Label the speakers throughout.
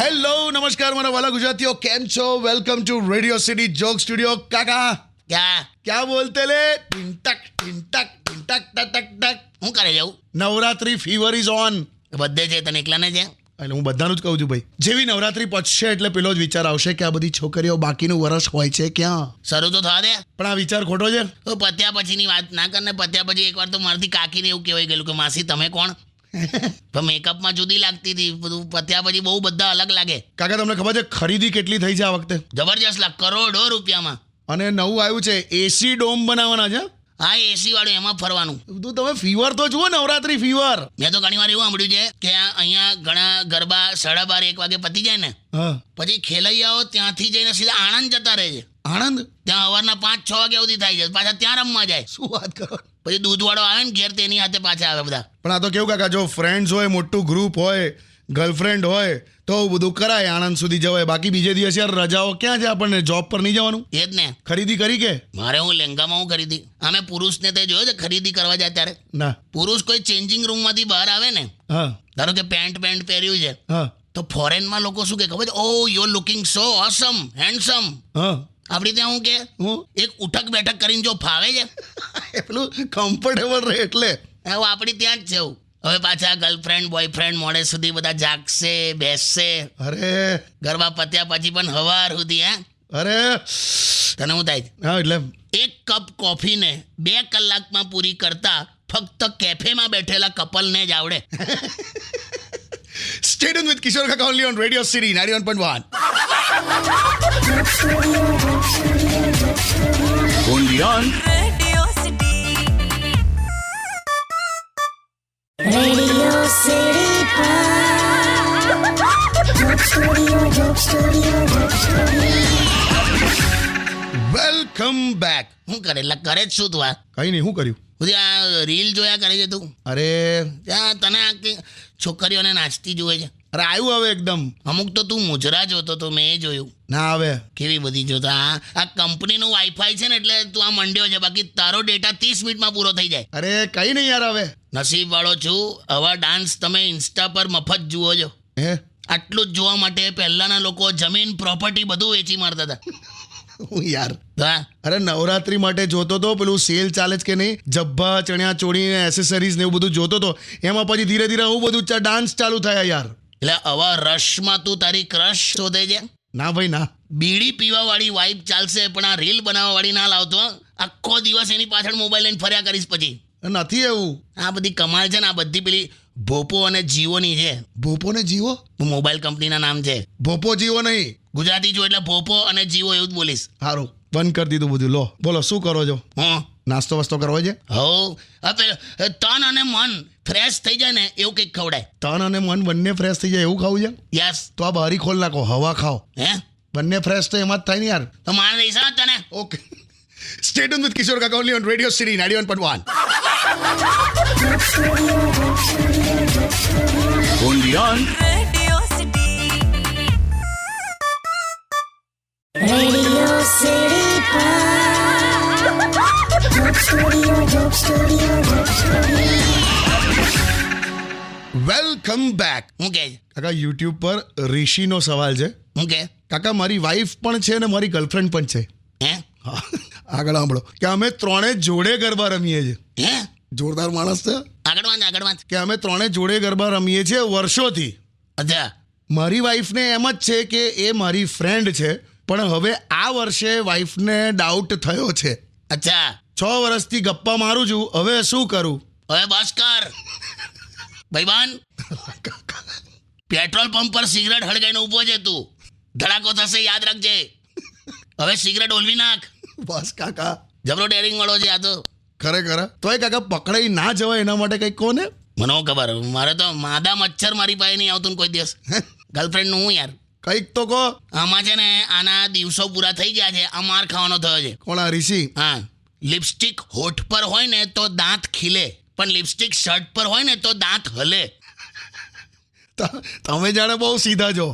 Speaker 1: Hello નમસ્કાર મારા વાલા ગુજરાતીઓ કેમ છો welcome to radio city joke studio કાકા
Speaker 2: ક્યાં
Speaker 1: ક્યાં બોલતે લે ટિંટક ટિંટક ટિંટક ટક ટક ટક
Speaker 2: હું કરે જવું
Speaker 1: નવરાત્રી ફીવર ઇઝ ઓન
Speaker 2: બધે છે તને એકલાને છે
Speaker 1: એટલે હું બધાનું જ કહું છું ભાઈ જેવી નવરાત્રી પચશે એટલે પેલો જ વિચાર આવશે કે આ બધી છોકરીઓ બાકીનું વરસ હોય છે ક્યાં
Speaker 2: શરૂ તો થવા દે
Speaker 1: પણ આ વિચાર ખોટો છે
Speaker 2: તો પત્યા પછીની વાત ના કર ને પત્યા પછી એકવાર તો મારાથી કાકીને એવું કહેવાય ગયેલું કે માસી તમે કોણ પણ મેકઅપમાં જુદી લાગતી હતી બધું પત્યા પછી બહુ બધા અલગ લાગે
Speaker 1: કાકા તમને ખબર છે ખરીદી કેટલી થઈ છે આ વખતે
Speaker 2: જબરજસ્ત લાગ કરોડો રૂપિયામાં
Speaker 1: અને નવું આવ્યું છે એસી ડોમ બનાવવાના છે
Speaker 2: હા એસી વાળું એમાં ફરવાનું
Speaker 1: તો તમે ફીવર તો જુઓ નવરાત્રી ફીવર
Speaker 2: મેં તો ઘણી વાર એવું સાંભળ્યું છે કે આ અહીંયા ઘણા ગરબા સાડા બાર એક વાગે પતી જાય ને
Speaker 1: હા
Speaker 2: પછી ખેલૈયાઓ ત્યાંથી જઈને સીધા આણંદ જતા રહે છે
Speaker 1: આણંદ
Speaker 2: ત્યાં સવારના પાંચ છ વાગ્યા સુધી થાય છે પાછા ત્યાં રમવા જાય
Speaker 1: શું વાત કરો
Speaker 2: પછી દૂધવાળો આવે ને ઘેર તેની હાથે પાછા આવે બધા
Speaker 1: પણ આ તો કેવું કાકા જો ફ્રેન્ડ્સ હોય મોટું ગ્રુપ હોય ગર્લફ્રેન્ડ હોય તો આવું બધું કરાય આણંદ સુધી જવાય બાકી બીજે દિવસ યાર રજાઓ ક્યાં છે આપણને જોબ પર નહીં જવાનું
Speaker 2: એ જ ને
Speaker 1: ખરીદી કરી કે
Speaker 2: મારે હું લહેંગામાં હું ખરીદી અમે પુરુષને તે જોયો છે ખરીદી કરવા જાય ત્યારે
Speaker 1: ના
Speaker 2: પુરુષ કોઈ ચેન્જિંગ રૂમમાંથી બહાર આવે ને
Speaker 1: હા
Speaker 2: ધારો કે પેન્ટ પેન્ટ પહેર્યું છે
Speaker 1: હા
Speaker 2: તો ફોરેનમાં લોકો શું કહે ખબર છે "Oh, oh you looking so awesome handsome
Speaker 1: હા
Speaker 2: આપણી ત્યાં હું કે
Speaker 1: હું
Speaker 2: એક ઉઠક બેઠક કરીને જો ફાવે છે
Speaker 1: એ પેલું કમ્ફર્ટેબલ રહે એટલે
Speaker 2: હવે આપણી ત્યાં જ છે એવું. હવે પાછા ગર્લફ્રેન્ડ બોયફ્રેન્ડ મોડે સુધી બધા જાગશે બેસશે
Speaker 1: અરે
Speaker 2: ગરબા પત્યા પછી પણ હવાર સુધી હે
Speaker 1: અરે
Speaker 2: તને હું થાય છે?
Speaker 1: હા એટલે
Speaker 2: એક કપ કોફીને બે કલાકમાં પૂરી કરતા ફક્ત કેફેમાં બેઠેલા કપલને જ આવડે
Speaker 1: સ્ટેડ ઓન વિથ કિશોર કાકા only on radio city ninety one point one
Speaker 3: Radio City.
Speaker 4: Radio City
Speaker 1: welcome back
Speaker 2: શું કરે એટલે કરે જ શું તું આ
Speaker 1: કંઈ નહીં શું કર્યું
Speaker 2: બધી આ રીલ જોયા કરે છે તું
Speaker 1: અરે
Speaker 2: ત્યાં તને આ કે છોકરીઓને નાચતી જોવે છે
Speaker 1: અરે આવ્યું હવે એકદમ
Speaker 2: અમુક તો તું મુજરા જોતો તો મેં એ જોયું
Speaker 1: ના આવે
Speaker 2: કેવી બધી જોતા આ આ કંપનીનું વાઈફાઈ છે ને એટલે તું આ મંડ્યો છે બાકી તારો ડેટા ત્રીસ મિનિટમાં પૂરો થઈ જાય
Speaker 1: અરે કંઈ નહીં યાર હવે
Speaker 2: નસીબવાળો છું આવા ડાન્સ તમે ઇન્સ્ટા પર મફત જુઓ છો
Speaker 1: હે
Speaker 2: આટલું જ જોવા માટે પહેલાના લોકો જમીન પ્રોપર્ટી બધું વેચી મારતા હતા
Speaker 1: હું યાર
Speaker 2: તો આ
Speaker 1: અરે નવરાત્રી માટે જોતો તો પેલું સેલ ચાલે છે કે નહીં જબ્બા ચણ્યા ચોળી ને એસેસરીઝ ને એવું બધું જોતો તો એમાં પછી ધીરે ધીરે આવું બધું ડાન્સ ચાલુ થયા યાર
Speaker 2: એટલે આવા રશમાં તું તારી ક્રશ શોધે છે
Speaker 1: ના ભાઈ ના
Speaker 2: બીડી પીવાવાળી વાઈફ ચાલશે પણ આ રીલ બનાવવાવાળી ના લાવતો હં. આખો દિવસ એની પાછળ મોબાઈલ લઈને ફર્યા કરીશ પછી
Speaker 1: નથી એવું
Speaker 2: આ બધી કમાલ છે ને આ બધી પેલી ભોપો અને જીઓની છે
Speaker 1: ભોપો ને જીવો
Speaker 2: મોબાઈલ કંપનીના નામ છે
Speaker 1: ભોપો જીવો નહીં
Speaker 2: ગુજરાતી જો એટલે ભોપો અને જીઓ એવું જ બોલીશ
Speaker 1: સારું બંધ કરી દીધું બધું લો બોલો શું કરો છો
Speaker 2: હં
Speaker 1: નાસ્તો વાસ્તો કરવો છે
Speaker 2: હો હવે તન અને મન ફ્રેશ થઈ જાય ને એવું કંઈક ખવડાય
Speaker 1: તન અને મન બંને ફ્રેશ થઈ જાય એવું ખાવું છે
Speaker 2: યસ
Speaker 1: તો આ બારી ખોલ નાખો હવા ખાઓ
Speaker 2: હે
Speaker 1: બંને ફ્રેશ તો એમાં જ થાય ને યાર
Speaker 2: તો મારે લઈશ હં તને
Speaker 1: ઓકે સ્ટેટ વિથ કિશોર કાકા only on radio city ninety one point one
Speaker 3: Radio City.
Speaker 4: Radio City
Speaker 1: welcome back
Speaker 2: હું કે
Speaker 1: કાકા યુટ્યુબ પર ઋષિનો સવાલ છે
Speaker 2: હું કે
Speaker 1: કાકા મારી વાઈફ પણ છે ને મારી ગર્લફ્રેન્ડ પણ છે
Speaker 2: હે
Speaker 1: હા આગળ સાંભળો કે અમે ત્રણે જોડે ગરબા રમીએ છીએ
Speaker 2: હે
Speaker 1: જોરદાર માણસ છે
Speaker 2: આગળ વાંચ આગળ વાંચ
Speaker 1: કે અમે ત્રણે જોડે ગરબા રમીએ છીએ વર્ષોથી
Speaker 2: અચ્છા
Speaker 1: મારી વાઈફને એમ જ છે કે એ મારી ફ્રેન્ડ છે પણ હવે આ વર્ષે વાઈફને ડાઉટ થયો છે
Speaker 2: અચ્છા
Speaker 1: છ વર્ષથી ગપ્પા મારું છું હવે શું કરું
Speaker 2: હવે બસ કર ભાઈબાન પેટ્રોલ પંપ પર સિગરેટ હળગાઈને ઊભો છે તું ધડાકો થશે યાદ રાખજે હવે સિગરેટ ઓલવી નાખ
Speaker 1: બસ કાકા
Speaker 2: જબરો ડેરિંગ વાળો છે આ તો
Speaker 1: ખરેખર તોય કાકા પકડાઈ ના જવાય એના માટે કંઈક કહો ને
Speaker 2: મને હું ખબર મારે તો માદા મચ્છર મારી પાસે નહીં આવતું ને કોઈ દિવસ ગર્લફ્રેન્ડનું હું યાર
Speaker 1: કંઈક તો કહો
Speaker 2: આમાં છે ને આના દિવસો પૂરા થઈ ગયા છે આ માર ખાવાનો થયો છે
Speaker 1: કોણ આ ઋષિ
Speaker 2: હા લિપસ્ટિક હોઠ પર હોય ને તો દાંત ખીલે પણ લિપસ્ટિક શર્ટ પર હોય ને તો દાંત હલે
Speaker 1: ત- તમે જાણે બહુ સીધા છો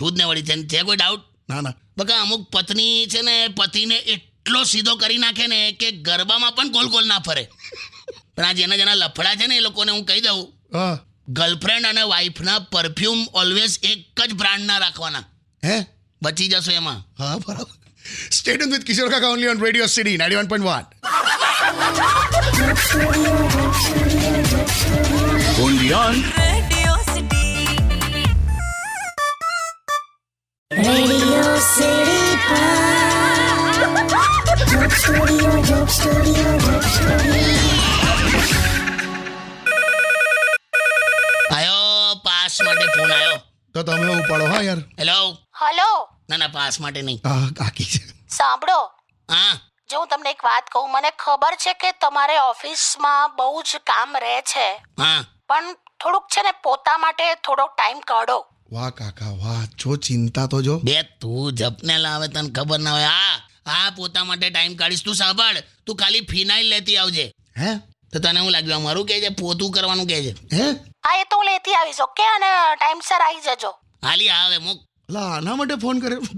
Speaker 2: છું જ ને વળી છે ને છે કોઈ ડાઉટ
Speaker 1: ના ના
Speaker 2: બકા અમુક પત્ની છે ને પતિને એટલો સીધો કરી નાખે ને કે ગરબામાં પણ ગોલ ગોલ ના ફરે પણ આ જેના જેના લફડા છે ને એ લોકોને હું કહી દઉં
Speaker 1: હા
Speaker 2: ગર્લફ્રેન્ડ અને વાઈફના પરફ્યુમ ઓલવેઝ એક જ બ્રાન્ડના રાખવાના
Speaker 1: હે
Speaker 2: બચી જશો એમાં
Speaker 1: હા બરાબર સ્ટેડિયમ વિથ કિશોર કાકા only on radio city ninety one point one
Speaker 3: Radio City.
Speaker 4: Radio City Pod. Joke Studio, Joke Studio, Joke Studio.
Speaker 2: આયો પાસ માટે ફોન આવ્યો
Speaker 1: તો તમે ઉપાડો હા યાર
Speaker 2: હેલો
Speaker 5: હલો
Speaker 2: ના ના પાસ માટે નહીં
Speaker 1: હા કાકી છે
Speaker 5: સાંભળો
Speaker 2: હા
Speaker 5: જો હું તમને એક વાત કહું મને ખબર છે કે તમારે ઓફિસમાં બહુ જ કામ રહે છે
Speaker 2: હા
Speaker 5: પણ થોડુંક છે ને પોતા માટે થોડો ટાઈમ કાઢો
Speaker 1: વાહ કાકા વાહ જો ચિંતા તો જો
Speaker 2: બે તું જપને લાવે તને ખબર ના હોય હા હા પોતા માટે ટાઈમ કાઢીશ તું સાંભળ તું ખાલી ફિનાઇલ લેતી આવજે
Speaker 1: હે
Speaker 2: તો તને હું લાગ્યું અમારું કે છે પોતું કરવાનું કે છે
Speaker 1: હે
Speaker 5: હા એ તો હું લેતી આવીશ ઓકે અને ટાઈમસર આવી જજો
Speaker 2: હાલી આવે મુક
Speaker 1: લા આના માટે ફોન કર્યો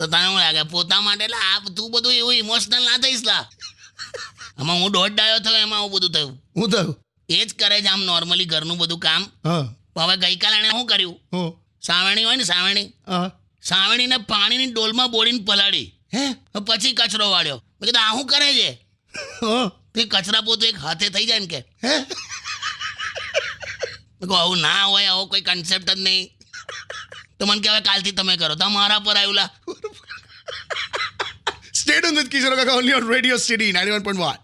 Speaker 2: તો તને હું લાગે પોતા માટે એટલે આ તું બધું એવું ઇમોશનલ ના થઈશ લા આમાં હું દોઢ ડાયો થયો એમાં આવું બધું થયું
Speaker 1: હું થયું
Speaker 2: એ જ કરે છે આમ નોર્મલી ઘરનું બધું કામ
Speaker 1: હા
Speaker 2: પણ હવે ગઈકાલે એણે શું કર્યું
Speaker 1: હો
Speaker 2: સાવરણી હોય ને સાવરણી
Speaker 1: હા
Speaker 2: સાવણીને પાણીની ડોલમાં બોળીને પલાળી
Speaker 1: હે
Speaker 2: પછી કચરો વાળ્યો મેં કીધું આ શું કરે છે
Speaker 1: હા
Speaker 2: તે કચરા પોતું એક હાથે થઈ જાય ને કે
Speaker 1: હે
Speaker 2: મેં કહું આવું ના હોય આવો કોઈ કન્સેપ્ટ જ નહીં તો મને કહેવાય કાલથી તમે કરો તો મારા પર આવ્યું લા
Speaker 1: સ્ટેડિયમ વિથ કિશોર કાકા only on radio city ninety one point one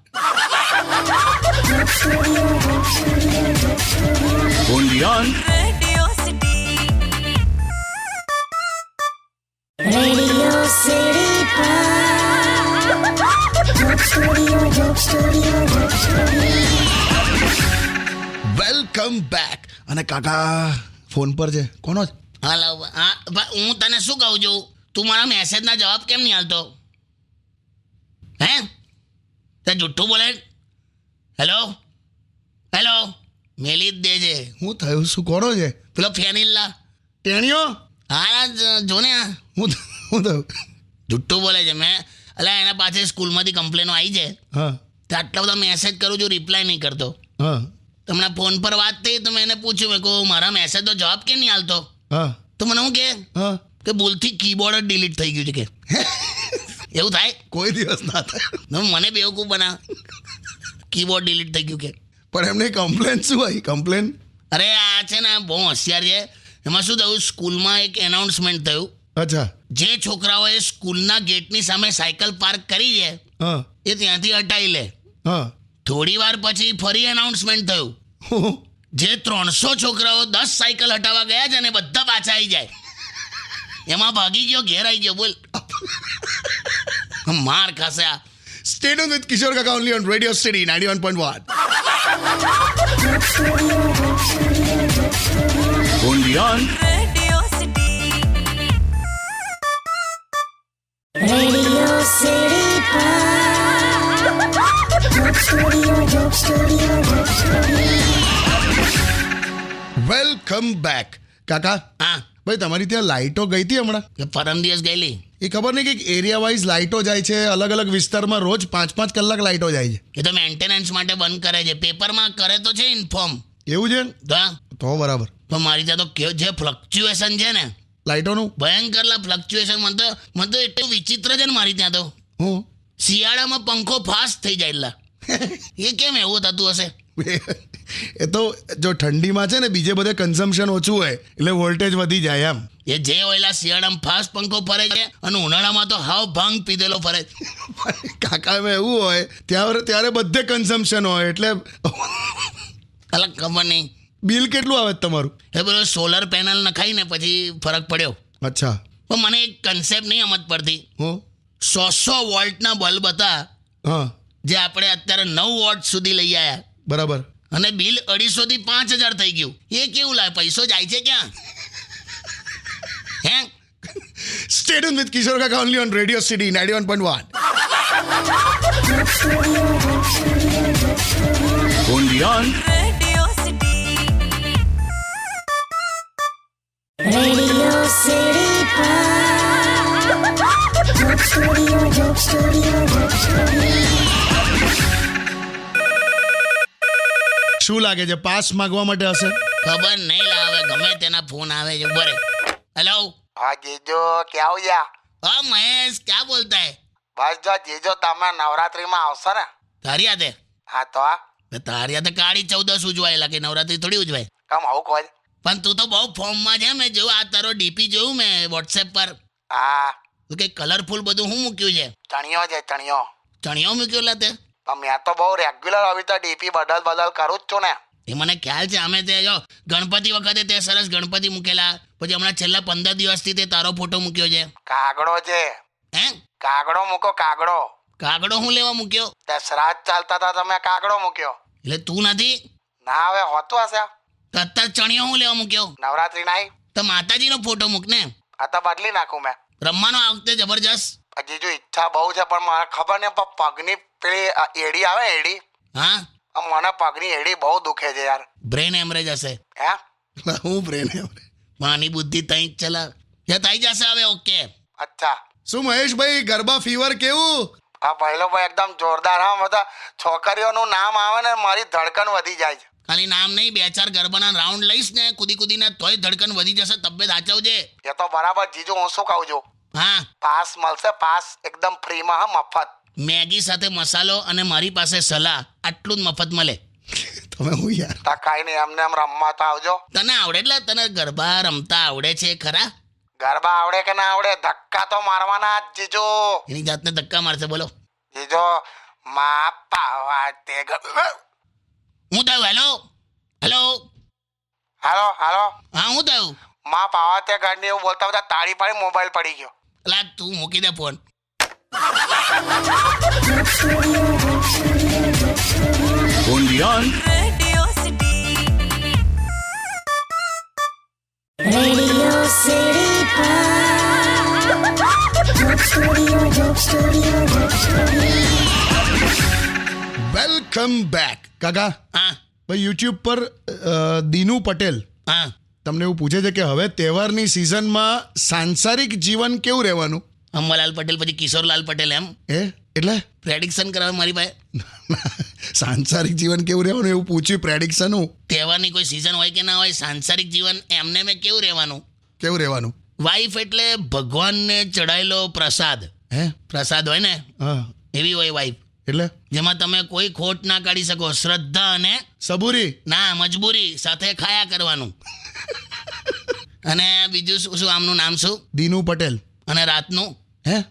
Speaker 3: Radio City.
Speaker 4: Radio City Pod. Joke Studio, Joke Studio, Joke Studio.
Speaker 1: Welcome back અને કાકા ફોન પર છે કોનો છે
Speaker 2: હા લાવ હા ભા- હું તને શું કહું છું તું મારા મેસેજના જવાબ કેમ નહીં હાલતો હે તે જુઠ્ઠું બોલે હેલો હેલો મેલી જ દેજે
Speaker 1: હું થયું શું કોનો છે
Speaker 2: પેલો ફેનિલ્લા
Speaker 1: ટેણીઓ
Speaker 2: હા જ- જો ને આ
Speaker 1: હું થ- હું થયું
Speaker 2: જુઠ્ઠું બોલે છે મેં અલા એના પાછળ સ્કૂલમાંથી કમ્પ્લેનો આવી છે
Speaker 1: હા
Speaker 2: તો આટલા બધા મેસેજ કરું છું રિપ્લાય નહીં કરતો
Speaker 1: હા
Speaker 2: તમને ફોન પર વાત થઈ તો મેં એને પૂછ્યું મેં કહું મારા મેસેજ તો જવાબ કેમ નહીં હાલતો
Speaker 1: હા
Speaker 2: તો મને હું કે
Speaker 1: હા
Speaker 2: કે ભૂલથી કીબોર્ડ જ ડિલીટ થઈ ગયું છે કે એવું થાય
Speaker 1: કોઈ દિવસ ના થાય
Speaker 2: તો મને બેવકૂફ બના કીબોર્ડ ડિલીટ થઈ ગયું કે
Speaker 1: પણ એમને કમ્પ્લેન શું આવી કમ્પ્લેન
Speaker 2: અરે આ છે ને આ બહુ હોશિયાર છે એમાં શું થયું સ્કૂલમાં એક એનાઉન્સમેન્ટ થયું
Speaker 1: અચ્છા
Speaker 2: જે છોકરાઓએ સ્કૂલના ગેટની સામે સાયકલ પાર્ક કરી છે
Speaker 1: હા
Speaker 2: એ ત્યાંથી હટાવી લે
Speaker 1: હા
Speaker 2: થોડી વાર પછી ફરી એનાઉન્સમેન્ટ થયું
Speaker 1: હું
Speaker 2: જે ત્રણસો છોકરાઓ દસ સાયકલ હટાવવા ગયા છે ને બધા પાછા આવી જાય એમાં ભાગી ગયો ઘેર આવી ગયો બોલ માર ખાશે આ
Speaker 1: સ્ટેડિયમ વિથ કિશોર કાકા only on radio city ninety one point one
Speaker 3: Radio City.
Speaker 4: Radio City Pod. Joke Studio, Joke Studio, Joke Studio.
Speaker 1: Welcome back કાકા
Speaker 2: હા
Speaker 1: ભાઈ તમારી ત્યાં લાઇટો ગઈ હતી હમણાં
Speaker 2: એ પરમ દિવસ ગયેલી
Speaker 1: એ ખબર નહીં કે એરિયા વાઇઝ લાઇટો જાય છે અલગ અલગ વિસ્તારમાં રોજ પાંચ પાંચ કલાક લાઇટો જાય
Speaker 2: એ તો મેન્ટેનન્સ માટે બંધ કરે છે પેપરમાં કરે તો છે ઇન્ફોર્મ
Speaker 1: છે એવું છે
Speaker 2: તો હા,
Speaker 1: તો બરાબર
Speaker 2: પણ મારી ત્યાં તો કે- જે ફ્લક્ચ્યુએશન છે ને
Speaker 1: લાઇટોનું
Speaker 2: ભયંકરલા ફ્લક્ચ્યુએશન મને તો મને તો એટલું વિચિત્ર છે ને મારી ત્યાં તો
Speaker 1: હું
Speaker 2: શિયાળામાં પંખો ફાસ્ટ થઈ જાય લા. એ કેમ એવું થતું હશે
Speaker 1: એ તો જો ઠંડીમાં છે ને બીજે બધે કન્ઝમ્પશન ઓછું હોય એટલે વોલ્ટેજ વધી જાય એમ
Speaker 2: એ જે ઓયલા શિયાળામાં ફાસ્ટ પંખો ફરે છે અને ઉનાળામાં તો હાવ ભાંગ પીધેલો ફરે છે.
Speaker 1: કાકા એમાં એવું હોય ત્યારે ત્યારે બધે કન્ઝમ્પશન હોય એટલે
Speaker 2: અલા ખબર નહીં
Speaker 1: બિલ કેટલું આવે છે તમારું
Speaker 2: એ પેલો સોલર પેનલ નખાઈને પછી ફરક પડ્યો
Speaker 1: અચ્છા
Speaker 2: પણ મને એક કન્સેપ્ટ નહીં સમજ પડતી
Speaker 1: હું
Speaker 2: સોસો વોલ્ટના બલ્બ હતા
Speaker 1: હા
Speaker 2: જે આપણે અત્યારે નવ વોટ સુધી લઈ આવ્યા
Speaker 1: બરાબર
Speaker 2: અને બિલ અઢીસોથી પાંચ હજાર થઈ ગયું એ કેવું લાગે પૈસો જાય છે ક્યાં હે
Speaker 1: સ્ટેડિયમ વિથ કિશોર કાકા only on radio city ninety one point one
Speaker 3: Radio City.
Speaker 4: Radio City Pod. Joke Studio, Joke Studio, Joke Studio.
Speaker 1: શું લાગે છે પાસ માગવા માટે હશે
Speaker 2: ખબર નહીં લાવે ગમે તેના ફોન આવે છે બરે હેલો
Speaker 6: હા જીજો ક્યાં આવ્યા
Speaker 2: હા મહેશ ક્યાં બોલતા હે
Speaker 6: બસ જો જીજો તમે નવરાત્રીમાં આવશો ને
Speaker 2: તારી યાદે
Speaker 6: હા તો આ
Speaker 2: બે તારી યાદે કાળી ચૌદસ ઉજવાય લાગે નવરાત્રી થોડી ઉજવાય
Speaker 6: કમ આવું કોઈ
Speaker 2: પણ તું તો બહુ ફોર્મમાં છે મેં જોયું આ તારો ડીપી જોયું મેં વોટ્સએપ પર
Speaker 6: હા
Speaker 2: તું કંઈક કલરફુલ બધું શું મૂક્યું છે
Speaker 6: ચણિયો છે ચણિયો
Speaker 2: ચણિયો મૂક્યો લા તે
Speaker 6: પણ મેં તો બહુ રેગ્યુલર આવી તો ડીપી બદલ બદલ કરું જ છું ને
Speaker 2: એ મને ખ્યાલ છે અમે તે જો ગણપતિ વખતે તે સરસ ગણપતિ મૂકેલા પછી હમણાં છેલ્લા પંદર દિવસથી તે તારો ફોટો મૂક્યો છે
Speaker 6: કાગડો છે
Speaker 2: હે
Speaker 6: કાગડો મૂકો કાગડો
Speaker 2: કાગડો હું લેવા મૂક્યો
Speaker 6: તે શ્રાદ્ધ ચાલતા હતા તમે કાગડો મૂક્યો
Speaker 2: એટલે તું નથી
Speaker 6: ના હવે હોતું હશે
Speaker 2: તો અત્યારે ચણિયો હું લેવા મૂક્યો
Speaker 6: નવરાત્રી નહીં
Speaker 2: તો માતાજીનો ફોટો મૂક ને
Speaker 6: આ તો બદલી નાખું મેં
Speaker 2: રમવાનો આ વખતે જબરજસ્ત
Speaker 6: પણ જીજુ ઈચ્છા બહુ છે પણ મને ખબર નહીં પણ પગની પેલી અ, એડી આવે એડી
Speaker 2: હા
Speaker 6: આ મને પગની એડી બહુ દુખે છે યાર
Speaker 2: બ્રેન એમરેજ હશે
Speaker 6: હે
Speaker 1: હું પ્રેમ એમ.
Speaker 2: માની બુદ્ધિ તઈ જ ચલા એ થઈ જશે હવે ઓકે
Speaker 6: અચ્છા
Speaker 1: શું મહેશભાઈ ગરબા ફીવર કેવું
Speaker 6: આ પહેલો ભાઈ એકદમ જોરદાર હા બધા છોકરીઓનું નામ આવે ને મારી ધડકન વધી જાય છે
Speaker 2: ખાલી નામ નહીં બે ચાર ગરબાના રાઉન્ડ લઈશ ને કૂદી કૂદીને તોય ધડકન વધી જશે તબિયત સાચવજે
Speaker 6: એ તો બરાબર જીજુ હું શું કહું છું
Speaker 2: હા
Speaker 6: પાસ મળશે પાસ એકદમ ફ્રીમાં હા મફત
Speaker 2: મેગી સાથે મસાલો અને મારી પાસે સલાહ આટલું જ મફત મળે
Speaker 1: તમે હું યાર
Speaker 6: તા કાંઈ નહીં એમને એમ રમવા તો આવજો
Speaker 2: તને આવડે એટલે તને ગરબા રમતા આવડે છે ખરા
Speaker 6: ગરબા આવડે કે ના આવડે ધક્કા તો મારવાના જ જીજુ
Speaker 2: એની જાતને ધક્કા મારશે બોલો
Speaker 6: જીજુ મા પાવા તે ગ-
Speaker 2: હું થયું હેલો હેલો
Speaker 6: હાલો હાલો
Speaker 2: હા હું થયું
Speaker 6: માં પાવા તે ઘરની એવું બોલતા બધા તાળી પાડી મોબાઈલ પડી ગયો
Speaker 2: અલા તું મૂકી દે phone
Speaker 3: Radio City.
Speaker 4: Radio City Pod. Joke Studio, Joke Studio, Joke Studio.
Speaker 1: Welcome back કાકા
Speaker 2: હા
Speaker 1: ભાઈ યુટ્યુબ પર અ, દીનુ પટેલ
Speaker 2: હા
Speaker 1: તમને એવું પૂછે છે કે હવે તહેવારની સિઝનમાં સાંસારિક જીવન કેવું રહેવાનું
Speaker 2: અંબાલાલ પટેલ પછી કિશોરલાલ પટેલ એમ
Speaker 1: એ એટલે
Speaker 2: પ્રેડિક્શન કરાવે મારી પાસે
Speaker 1: સાંસારિક જીવન કેવું રહેવાનું એવું પૂછ્યું પ્રેડિક્શન હું
Speaker 2: તહેવારની કોઈ સિઝન હોય કે ના હોય સાંસારિક જીવન એમને મેં કેવું રહેવાનું
Speaker 1: કેવું રહેવાનું
Speaker 2: વાઈફ એટલે ભગવાનને ચડાયેલો પ્રસાદ
Speaker 1: હે
Speaker 2: પ્રસાદ હોય ને
Speaker 1: હા
Speaker 2: એવી હોય વાઈફ
Speaker 1: એટલે
Speaker 2: જેમાં તમે કોઈ ખોટ ના કાઢી શકો શ્રદ્ધા અને
Speaker 1: સબુરી
Speaker 2: ના મજબૂરી સાથે ખાયા કરવાનું અને બીજું શું શું આમનું નામ શું
Speaker 1: દીનુ પટેલ
Speaker 2: અને રાતનું
Speaker 1: હે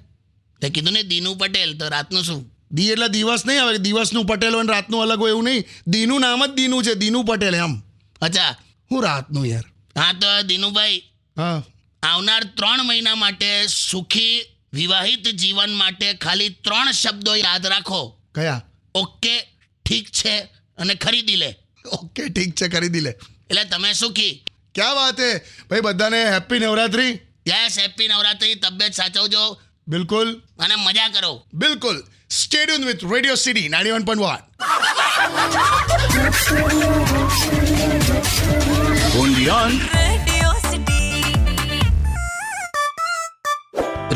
Speaker 2: તે કીધું ને દીનુ પટેલ તો રાતનું શું
Speaker 1: દી એટલે દિવસ નહીં આવે દિવસનું પટેલ હોય ને રાતનું અલગ હોય એવું નહીં દીનું નામ જ દીનું છે દીનુ પટેલ એમ
Speaker 2: અચ્છા
Speaker 1: હું રાતનું યાર
Speaker 2: હા તો દીનુભાઈ
Speaker 1: હા
Speaker 2: આવનાર ત્રણ મહિના માટે સુખી વિવાહિત જીવન માટે ખાલી ત્રણ શબ્દો યાદ રાખો
Speaker 1: કયા
Speaker 2: ઓકે ઠીક છે અને ખરીદી લે
Speaker 1: ઓકે ઠીક છે ખરીદી લે
Speaker 2: એટલે તમે સુખી
Speaker 1: ક્યાં વાત હે ભાઈ બધાને happy Navratri
Speaker 2: yes happy Navratri તબિયત સાચવજો
Speaker 1: બિલકુલ
Speaker 2: અને મજા કરો
Speaker 1: બિલકુલ stadium with radio city ninety one point one
Speaker 3: Radio City.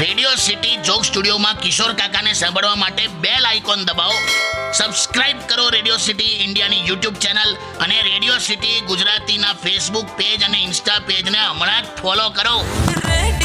Speaker 2: Radio city joke સ્ટુડિયોમાં કિશોર કાકાને સાંભળવા માટે બેલ આઇકોન દબાવો સબસ્ક્રાઇબ કરો રેડિયો સિટી ઇન્ડિયાની યુટ્યુબ ચેનલ અને રેડિયો સિટી ગુજરાતીના ફેસબુક પેજ અને ઇન્સ્ટા પેજને હમણાં જ ફોલો કરો
Speaker 3: Radio